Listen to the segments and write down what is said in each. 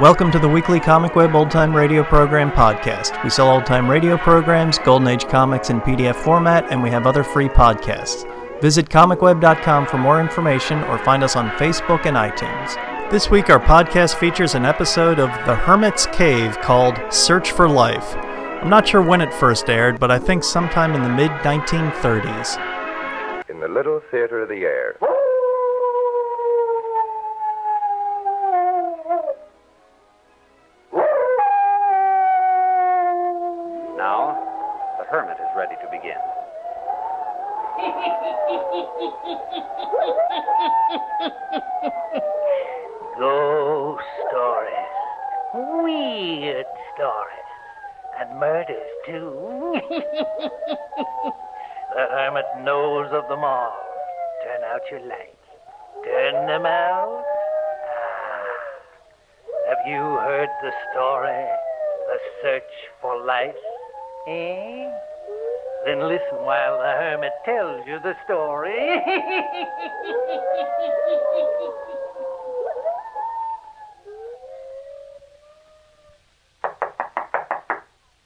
Welcome to the weekly Comic Web Old Time Radio Program podcast. We sell old time radio programs, Golden Age comics in PDF format, and we have other free podcasts. Visit comicweb.com for more information or find us on Facebook and iTunes. This week, our podcast features an episode of The Hermit's Cave called Search for Life. I'm not sure when it first aired, but I think sometime in the mid 1930s. in the Little Theater of the Air. Now, the hermit is ready to begin. Ghost stories. Weird stories. And murders, too. the hermit knows of them all. Turn out your lights. Turn them out. Ah. Have you heard the story? The search for life? Eh? Then listen while the hermit tells you the story.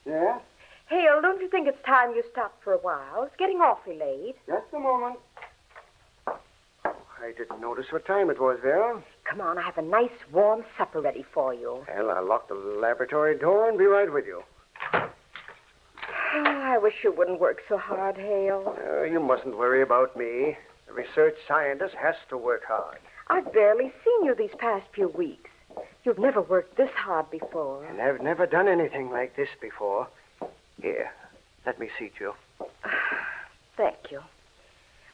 Yes, Hale, don't you think it's time you stopped for a while? It's getting awfully late. just a moment. I didn't notice what time it was, Vera. Come on, I have a nice warm supper ready for you. Well, I'll lock the laboratory door and be right with you. Oh, I wish you wouldn't work so hard, Hale. Uh, you mustn't worry about me. The research scientist has to work hard. I've barely seen you these past few weeks. You've never worked this hard before. And I've never done anything like this before. Here, let me seat you. Thank you.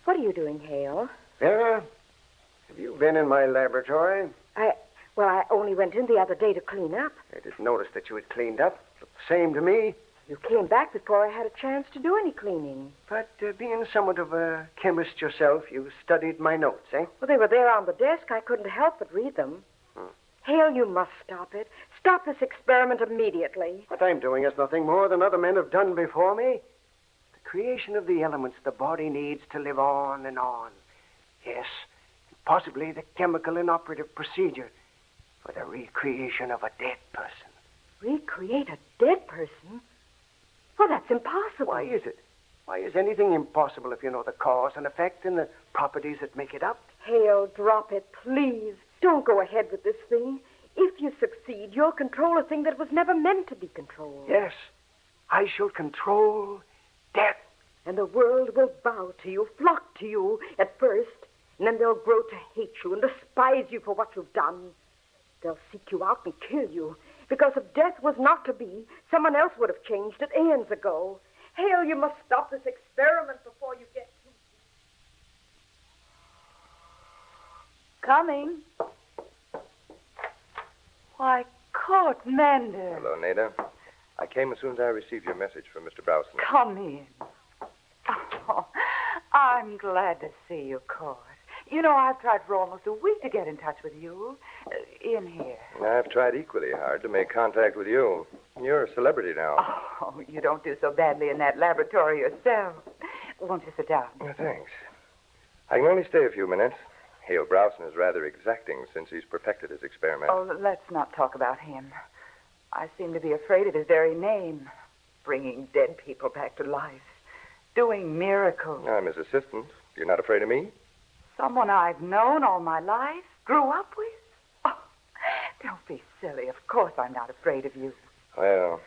What are you doing, Hale? Vera, have you been in my laboratory? Well, I only went in the other day to clean up. I didn't notice that you had cleaned up. Looked the same to me. You came back before I had a chance to do any cleaning. But uh, being somewhat of a chemist yourself, you studied my notes, eh? Well, they were there on the desk. I couldn't help but read them. Hmm. Hale, you must stop it. Stop this experiment immediately. What I'm doing is nothing more than other men have done before me. The creation of the elements the body needs to live on and on. Yes, and possibly the chemical inoperative procedure for the recreation of a dead person. Recreate a dead person? Well, that's impossible. Why is it? Why is anything impossible if you know the cause and effect and the properties that make it up? Hale, drop it, please. Don't go ahead with this thing. If you succeed, you'll control a thing that was never meant to be controlled. Yes, I shall control death. And the world will bow to you, flock to you at first, and then they'll grow to hate you and despise you for what you've done. They'll seek you out and kill you. Because if death was not to be, someone else would have changed it eons ago. Hale, you must stop this experiment before you get too. Coming. Why, Court Mander. Hello, Nada. I came as soon as I received your message from Mr. Browson. Come in. Oh, I'm glad to see you, Court. You know, I've tried for almost a week to get in touch with you. Uh, in here. I've tried equally hard to make contact with you. You're a celebrity now. Oh, you don't do so badly in that laboratory yourself. Won't you sit down? Well, thanks. I can only stay a few minutes. Hale Browson is rather exacting since he's perfected his experiment. Oh, let's not talk about him. I seem to be afraid of his very name bringing dead people back to life, doing miracles. I'm his assistant. You're not afraid of me? Someone I've known all my life, grew up with. Oh, don't be silly. Of course I'm not afraid of you. Well,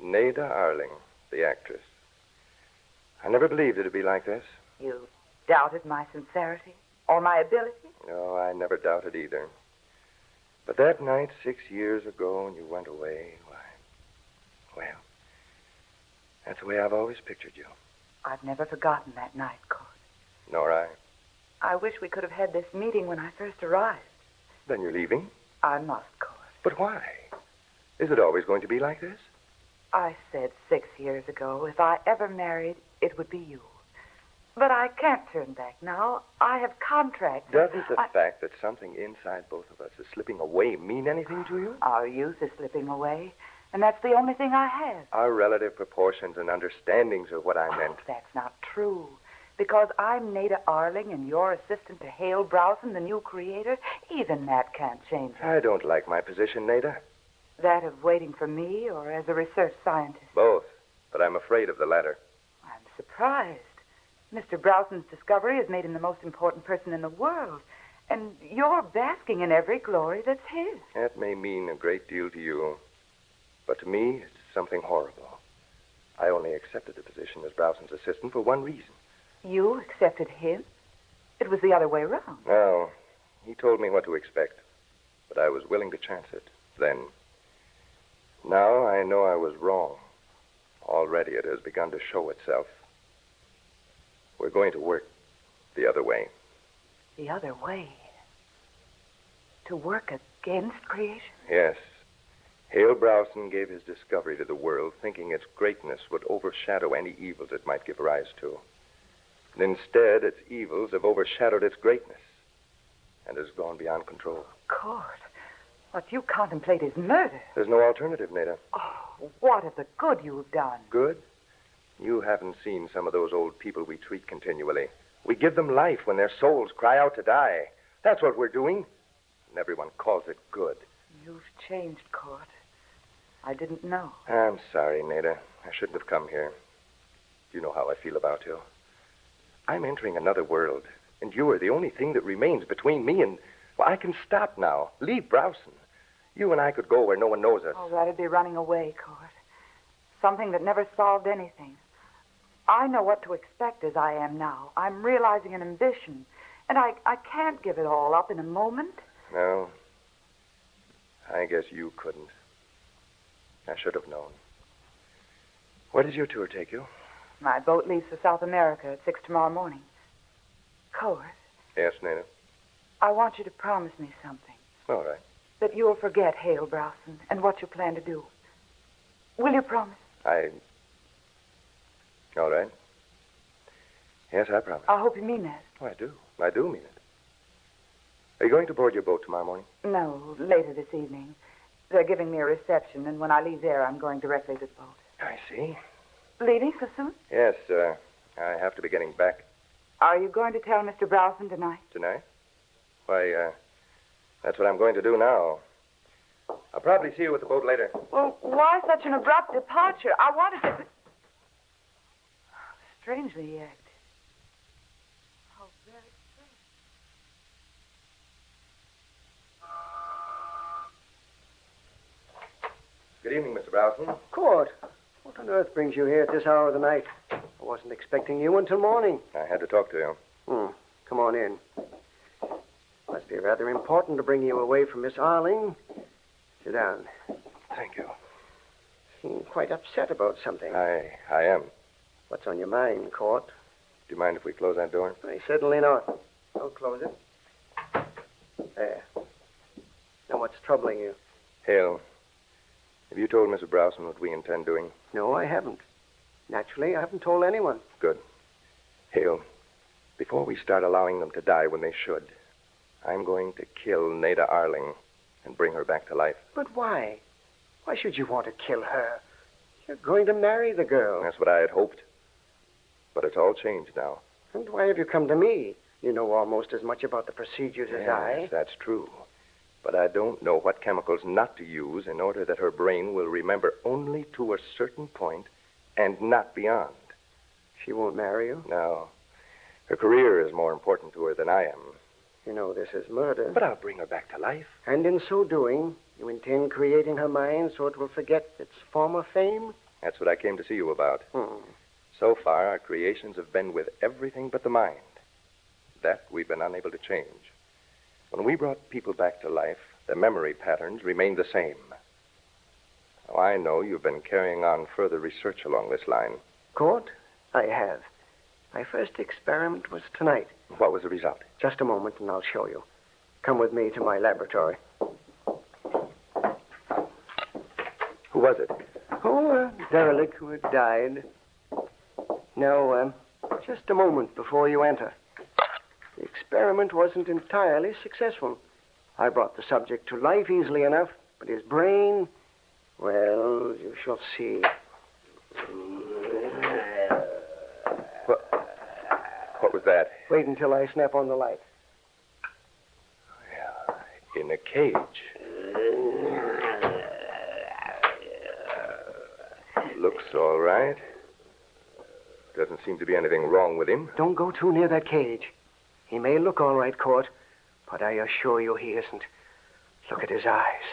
Nada Arling, the actress. I never believed it'd be like this. You doubted my sincerity or my ability. No, I never doubted either. But that night, six years ago, when you went away, why, well, that's the way I've always pictured you, I've never forgotten that night, Court. nor I. I wish we could have had this meeting when I first arrived. Then you're leaving? I must, Court. But why? Is it always going to be like this? I said six years ago if I ever married, it would be you. But I can't turn back now. I have contracts. Doesn't the I- fact that something inside both of us is slipping away mean anything to you? Our youth is slipping away, and that's the only thing I have. Our relative proportions and understandings are what I meant. That's not true. Because I'm Nada Arling and you're assistant to Hale Browson, the new creator, even that can't change it. I don't like my position, Nada. That of waiting for me or as a research scientist. Both, but I'm afraid of the latter. I'm surprised. Mr. Browson's discovery has made him the most important person in the world, and you're basking in every glory that's his. That may mean a great deal to you, but to me, it's something horrible. I only accepted the position as Browson's assistant for one reason. You accepted him? It was the other way round. Now, he told me what to expect, but I was willing to chance it then. Now I know I was wrong. Already it has begun to show itself. We're going to work the other way. The other way. To work against creation? Yes. Hale Browson gave his discovery to the world, thinking its greatness would overshadow any evils it might give rise to. And instead, its evils have overshadowed its greatness and has gone beyond control. God, what you contemplate is murder. There's no alternative, Nada. Oh, what of the good you've done? Good? You haven't seen some of those old people we treat continually. We give them life when their souls cry out to die. That's what we're doing. And everyone calls it good. You've changed, Court. I didn't know. I'm sorry, Nada. I shouldn't have come here. You know how I feel about you. I'm entering another world, and you are the only thing that remains between me and. Well, I can stop now. Leave Browson. You and I could go where no one knows us. Oh, that'd be running away, Court. Something that never solved anything. I know what to expect as I am now. I'm realizing an ambition, and I, I can't give it all up in a moment. No. I guess you couldn't. I should have known. Where does your tour take you? My boat leaves for South America at six tomorrow morning. Court, Yes, Nana. I want you to promise me something. All right. That you'll forget Hale Browson and what you plan to do. Will you promise? I. All right. Yes, I promise. I hope you mean that. Oh, I do. I do mean it. Are you going to board your boat tomorrow morning? No, later this evening. They're giving me a reception, and when I leave there, I'm going directly to the boat. I see. Leaving so soon? Yes, uh, I have to be getting back Are you going to tell Mr. Browson tonight? tonight. Why, uh, that's what I'm going to do now. I'll probably see you at the boat later. Well, why such an abrupt departure? I wanted to. Strangely he acted. How very strange. Good evening, Mr. Browson. Court, what on earth brings you here at this hour of the night? I wasn't expecting you until morning. I had to talk to you. Hmm. Come on in. Must be rather important to bring you away from Miss Arling. Sit down. Thank you. Seem quite upset about something. I, I am. What's on your mind, Court? Do you mind if we close that door? I certainly not. I'll close it. There. Now, what's troubling you? Hale, have you told Mr. Browson what we intend doing? No, I haven't. Naturally, I haven't told anyone. Hale, before we start allowing them to die when they should, I'm going to kill Nada Arling and bring her back to life. But why? Why should you want to kill her? You're going to marry the girl. That's what I had hoped. But it's all changed now. And why have you come to me? You know almost as much about the procedures as I. that's true. But I don't know what chemicals not to use in order that her brain will remember only to a certain point and not beyond. She won't marry you. Now, her career is more important to her than I am. You know this is murder. But I'll bring her back to life. And in so doing, you intend creating her mind so it will forget its former fame? That's what I came to see you about. Hmm. So far, our creations have been with everything but the mind. That we've been unable to change. When we brought people back to life, their memory patterns remained the same. Now, I know you've been carrying on further research along this line. Court, I have. My first experiment was tonight. What was the result? Just a moment and I'll show you. Come with me to my laboratory. Who was it? Oh, a derelict who had died. No, um, just a moment before you enter. The experiment wasn't entirely successful. I brought the subject to life easily enough, but his brain, well, you shall see. What? that? Wait until I snap on the light. In a cage. Looks all right. Doesn't seem to be anything wrong with him. Don't go too near that cage. He may look all right, Court, but I assure you he isn't. Look at his eyes.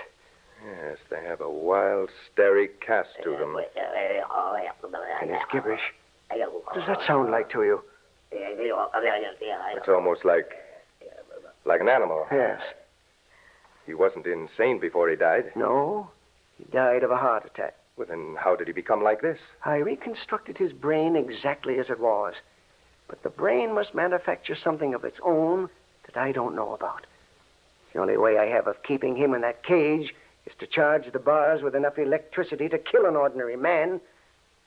Yes, they have a wild, starry cast to them. And his gibberish. What does that sound like to you? It's almost like. like an animal. Yes. He wasn't insane before he died. No? He died of a heart attack. Well, then how did he become like this? I reconstructed his brain exactly as it was. But the brain must manufacture something of its own that I don't know about. The only way I have of keeping him in that cage is to charge the bars with enough electricity to kill an ordinary man.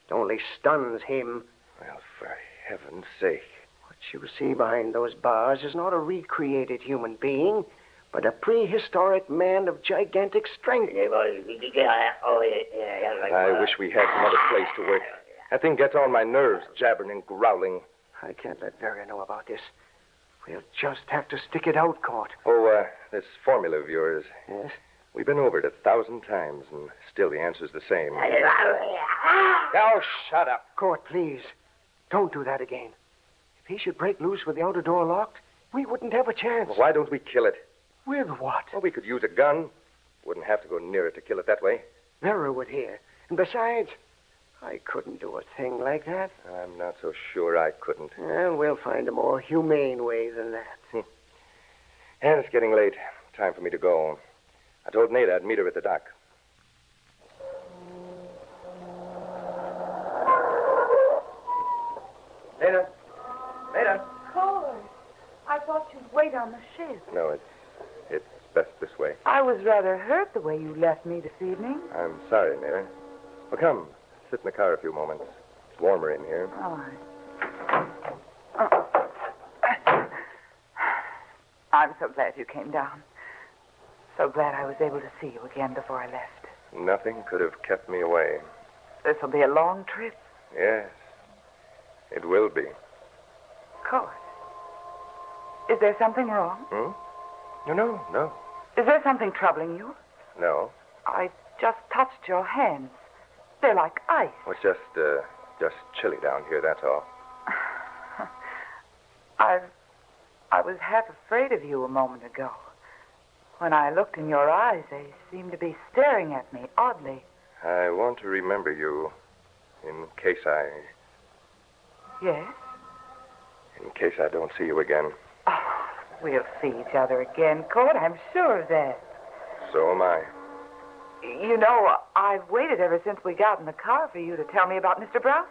It only stuns him. Well, for heaven's sake. What you see behind those bars is not a recreated human being, but a prehistoric man of gigantic strength. I wish we had some other place to work. That thing gets on my nerves, jabbering and growling. I can't let Vera know about this. We'll just have to stick it out, Court. Oh, uh, this formula of yours. Yes? We've been over it a thousand times, and still the answer's the same. Now, shut up. Court, please. Don't do that again. If he should break loose with the outer door locked, we wouldn't have a chance. Why don't we kill it? With what? Well, we could use a gun. Wouldn't have to go near it to kill it that way. Vera would hear. And besides, I couldn't do a thing like that. I'm not so sure I couldn't. Well, we'll find a more humane way than that. And it's getting late. Time for me to go. I told Nada I'd meet her at the dock. Later. Later. Court, I thought you'd wait on the ship. No, it, it's best this way. I was rather hurt the way you left me this evening. I'm sorry, Nada. Well, come. Sit in the car a few moments. It's warmer in here. All right. Oh. I'm so glad you came down. So glad I was able to see you again before I left. Nothing could have kept me away. This will be a long trip, Yes. It will be. of course. Is there something wrong? No, no, no. Is there something troubling you? No. I just touched your hands. They're like ice. It's just, uh, just chilly down here, that's all. I, I was half afraid of you a moment ago. When I looked in your eyes, they seemed to be staring at me oddly. I want to remember you in case I Yes? in case I don't see you again. Oh, we'll see each other again, Court. I'm sure of that. So am I. You know, I've waited ever since we got in the car for you to tell me about Mr. Brown.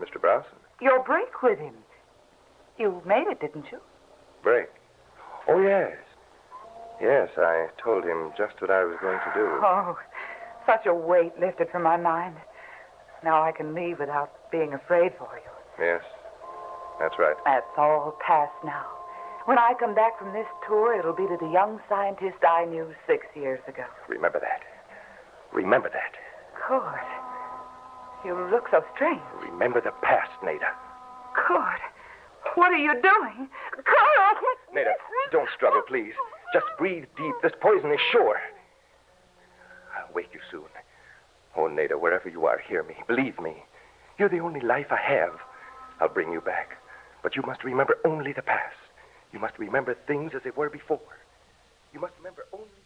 Mr. Browson, Your break with him. You made it, didn't you? break. Oh yes. Yes, I told him just what I was going to do. Oh, such a weight lifted from my mind. Now I can leave without being afraid for you. Yes. That's right. That's all past now. When I come back from this tour, it'll be to the young scientist I knew six years ago. Remember that. Remember that. Court. You look so strange. Remember the past, Nada. Court. What are you doing? Court! Nada, don't struggle, please. Just breathe deep. This poison is sure. I'll wake you soon. Oh, Nada, wherever you are, hear me. Believe me. You're the only life I have. I'll bring you back. But you must remember only the past. You must remember things as they were before. You must remember only.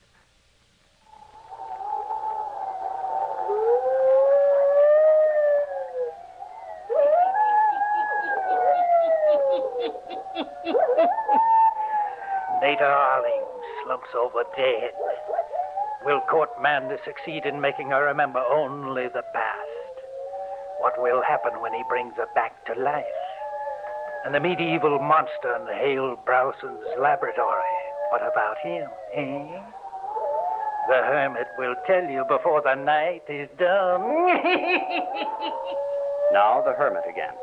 Nada Arling slumps over dead. Will Court Manley succeed in making her remember only the past? What will happen when he brings her back to life? And the medieval monster in Hale Browson's laboratory. What about him, eh? The hermit will tell you before the night is done. Now the hermit again.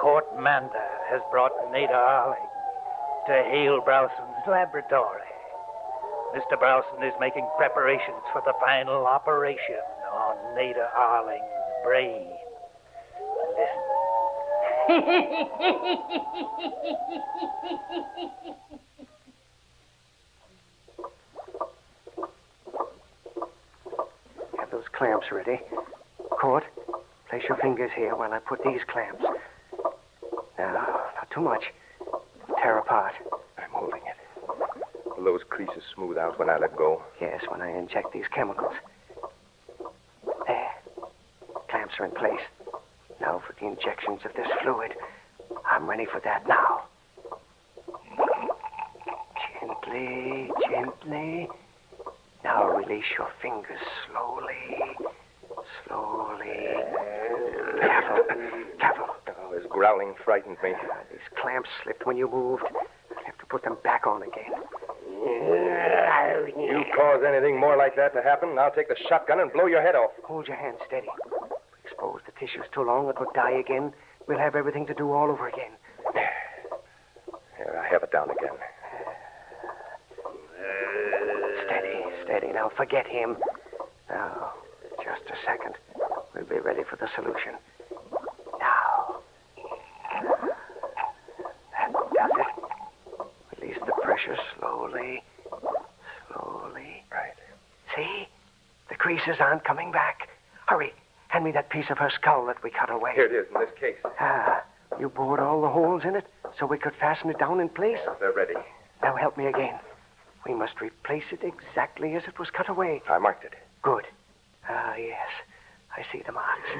Court Manda has brought Nada Arling to Hale Browson's laboratory. Mr. Browson is making preparations for the final operation on Nada Arling's brain. Listen. Have those clamps ready. Court, place your fingers here while I put these clamps. Now, not too much. Tear apart. I'm holding it. Will those creases smooth out when I let go? Yes, when I inject these chemicals. There. Clamps are in place. Now for the injections of this fluid. I'm ready for that now. Gently, gently. Now release your fingers slowly. Slowly. Careful. Careful. Oh, his growling frightened me. These clamps slipped when you moved. I'll have to put them back on again. You cause anything more like that to happen, and I'll take the shotgun and blow your head off. Hold your hand steady. Expose the tissues too long, it'll die again. We'll have everything to do all over again. Here, I have it down again. Steady, steady. Now forget him. Now, just a second. We'll be ready for the solution. Now. That does it. Release the pressure slowly. Slowly. Right. See? The creases aren't coming back. Hurry. Hand me that piece of her skull that we cut away. Here it is in this case. Ah, you bored all the holes in it so we could fasten it down in place? They're ready. Now help me again. We must replace it exactly as it was cut away. I marked it. Good. Ah, yes. I see the marks.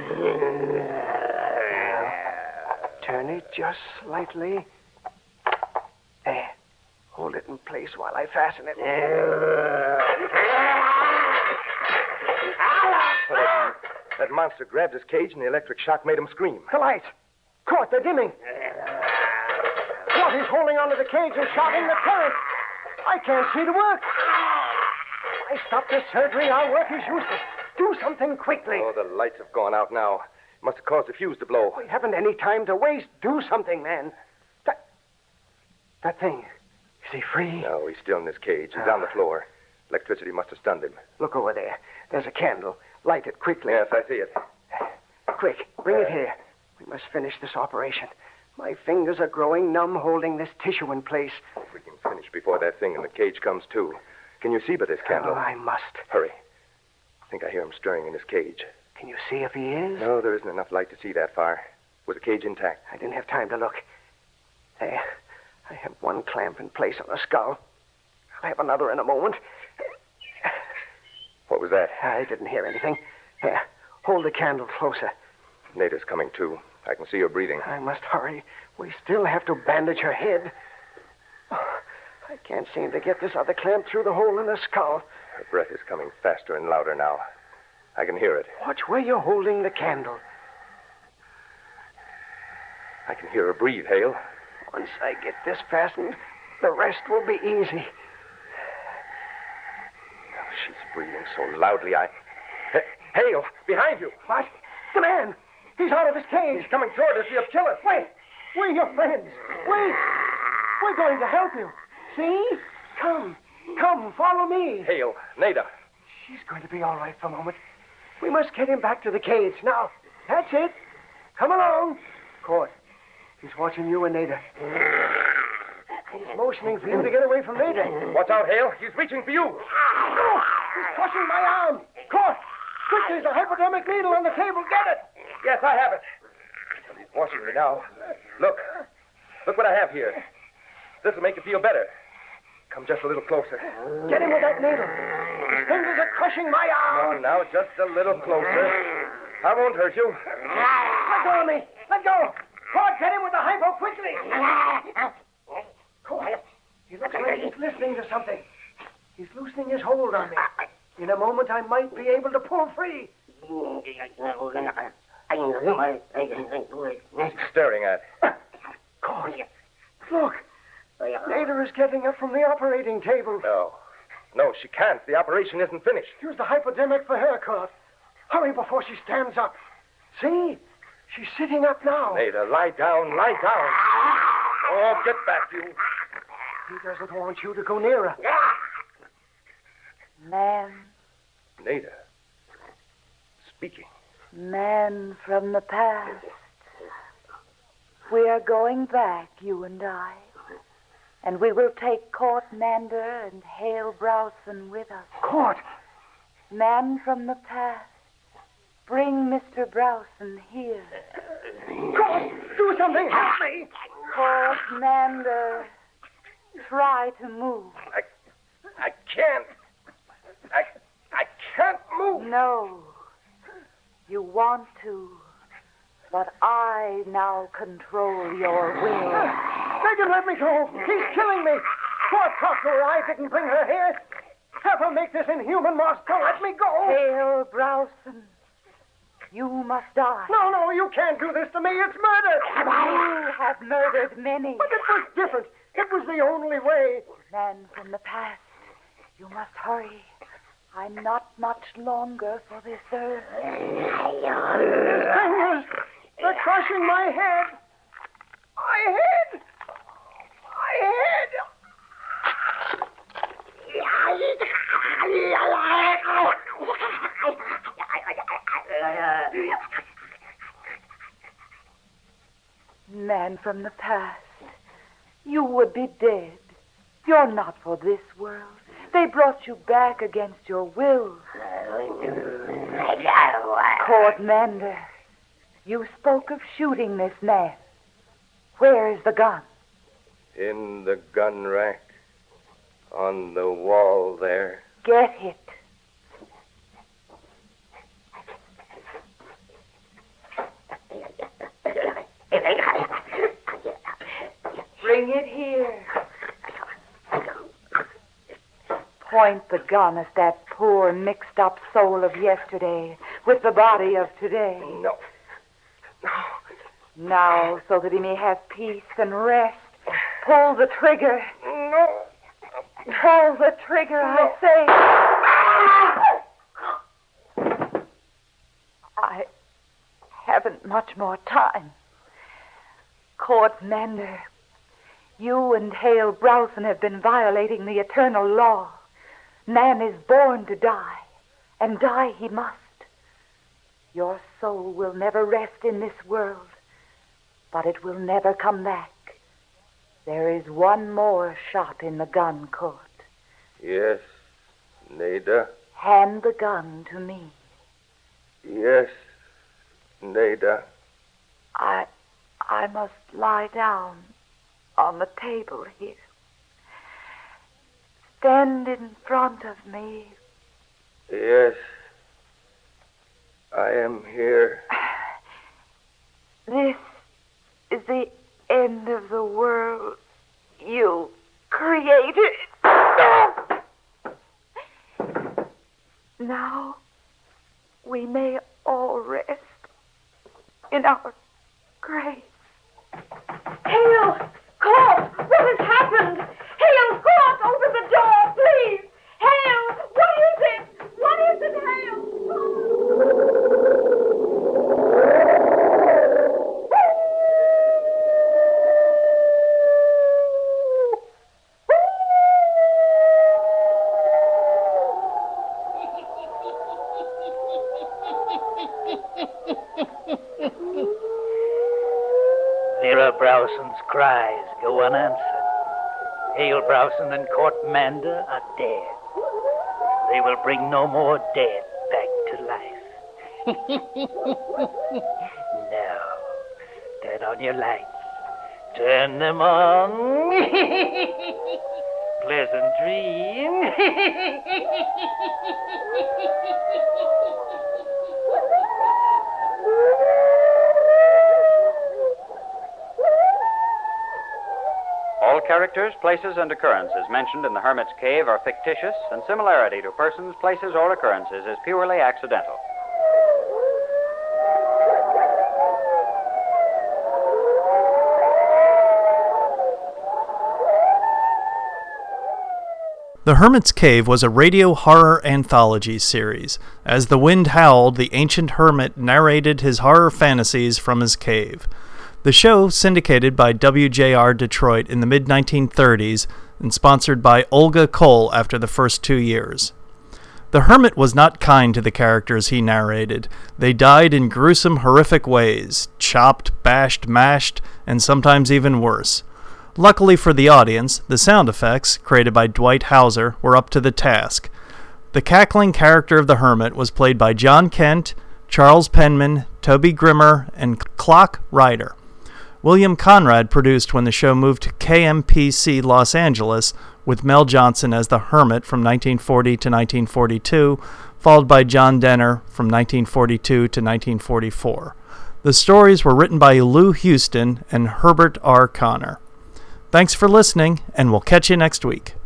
Now, turn it just slightly. There. Hold it in place while I fasten it. Oh, that, that monster grabbed his cage, and the electric shock made him scream. The lights! Court, they're dimming. Court, he's holding onto the cage and shouting the current. I can't see to work. I stop this surgery, our work is useless. Do something quickly. Oh, the lights have gone out now. Must have caused the fuse to blow. We haven't any time to waste. Do something, man. That, that thing. Is he free? No, he's still in his cage. He's on the floor. Electricity must have stunned him. Look over there. There's a candle. Light it quickly. Yes, I see it. Quick, bring it here. We must finish this operation. My fingers are growing numb holding this tissue in place. If we can finish before that thing in the cage comes to. Can you see by this candle? Oh, I must. Hurry. I think I hear him stirring in his cage. Can you see if he is? No, there isn't enough light to see that far. Was the cage intact? I didn't have time to look. There. I have one clamp in place on the skull. I'll have another in a moment. What was that? I didn't hear anything. Here, hold the candle closer. Nada's coming to. I can see her breathing. I must hurry. We still have to bandage her head. Oh, I can't seem to get this other clamp through the hole in the skull. Her breath is coming faster and louder now. I can hear it. Watch where you're holding the candle. I can hear her breathe, Hale. Once I get this fastened, the rest will be easy. Oh, she's breathing so loudly, I. H- Hale, behind you! What? The man! He's out of his cage! He's coming toward us. He'll kill us. Wait! We're your friends. Wait! We're going to help you. See? Come. Come, follow me. Hale, Nada. She's going to be all right for a moment. We must get him back to the cage. Now, that's it. Come along. Court. He's watching you and Nada. He's motioning for you to get away from Nada. Watch out, Hale. He's reaching for you. He's crushing my arm. Court. Quick, there's a hypodermic needle on the table. Get it. Yes, I have it. He's watching me now. Look. Look what I have here. This'll make you feel better. Come just a little closer. Get him with that needle. His fingers are crushing my arm. Come on now, just a little closer. I won't hurt you. Let go of me. Let go. Claude, get him with the hypo quickly. Quiet. He looks like he's listening to something. He's loosening his hold on me. In a moment, I might be able to pull free. Who's he staring at? Claude, look. Ada is getting up from the operating table. No. No, she can't. The operation isn't finished. Use the hypodermic for her, Claude. Hurry before she stands up. See? She's sitting up now. Nada, lie down, lie down. Oh, get back, you. He doesn't want you to go nearer. Ma'am, Nada. speaking. Men from the past. We are going back, you and I. And we will take Court Mander and Hale Browson with us. Court! Man from the past. Bring Mr. Browson here. Court! Do something! Help me! Court Mander. Try to move. I can't. I, I can't move. No. You want to, but I now control your will. They can let me go. He's killing me. Poor Proctor, I didn't bring her here. Have her make this inhuman monster let me go. Hale Browson, you must die. No, no, you can't do this to me. It's murder. You have murdered many But it was different. It was the only way. men from the past. You must hurry. I'm not much longer for this earth. Fingers, they're crushing my head. My head. My head. Man from the past, you would be dead. You're not for this world. They brought you back against your will. Court Mander, you spoke of shooting this man. Where is the gun? In the gun rack. On the wall there. Get it. Bring it here. Point the gun at that poor, mixed up soul of yesterday with the body of today. No. Now, so that he may have peace and rest, pull the trigger. No. Pull the trigger, I say. I haven't much more time. Court Mander, you and Hale Browson have been violating the eternal law. Man is born to die, and die he must. Your soul will never rest in this world, but it will never come back. There is one more shot in the gun, Court. Yes, Nada. Hand the gun to me. Yes, Nada. I I must lie down on the table here. Stand in front of me. Yes. I am here. This is the end of the world you created. Now we may all rest in our graves. Hale! Court! What has happened? Hale! Court! Open the door, please! Hale! What is it? What is it, Hale? Vera Browson's cries go unanswered. Hale Browson and Court Mander are dead. They will bring no more dead back to life. no. Turn on your lights. Turn them on. Pleasant All characters, places, and occurrences mentioned in The Hermit's Cave are fictitious, and similarity to persons, places, or occurrences is purely accidental. The Hermit's Cave was a radio horror anthology series. As the wind howled, the ancient hermit narrated his horror fantasies from his cave. The show, syndicated by WJR Detroit in the mid 1930s and sponsored by Olga Cole after the first two years. The Hermit was not kind to the characters he narrated. They died in gruesome, horrific ways chopped, bashed, mashed, and sometimes even worse. Luckily for the audience, the sound effects, created by Dwight Hauser, were up to the task. The cackling character of the Hermit was played by John Kent, Charles Penman, Toby Grimmer, and Clock Ryder. William Conrad produced when the show moved to KMPC Los Angeles with Mel Johnson as the Hermit from 1940 to 1942, followed by John Denner from 1942 to 1944. The stories were written by Lou Houston and Herbert R. Connor. Thanks for listening, and we'll catch you next week.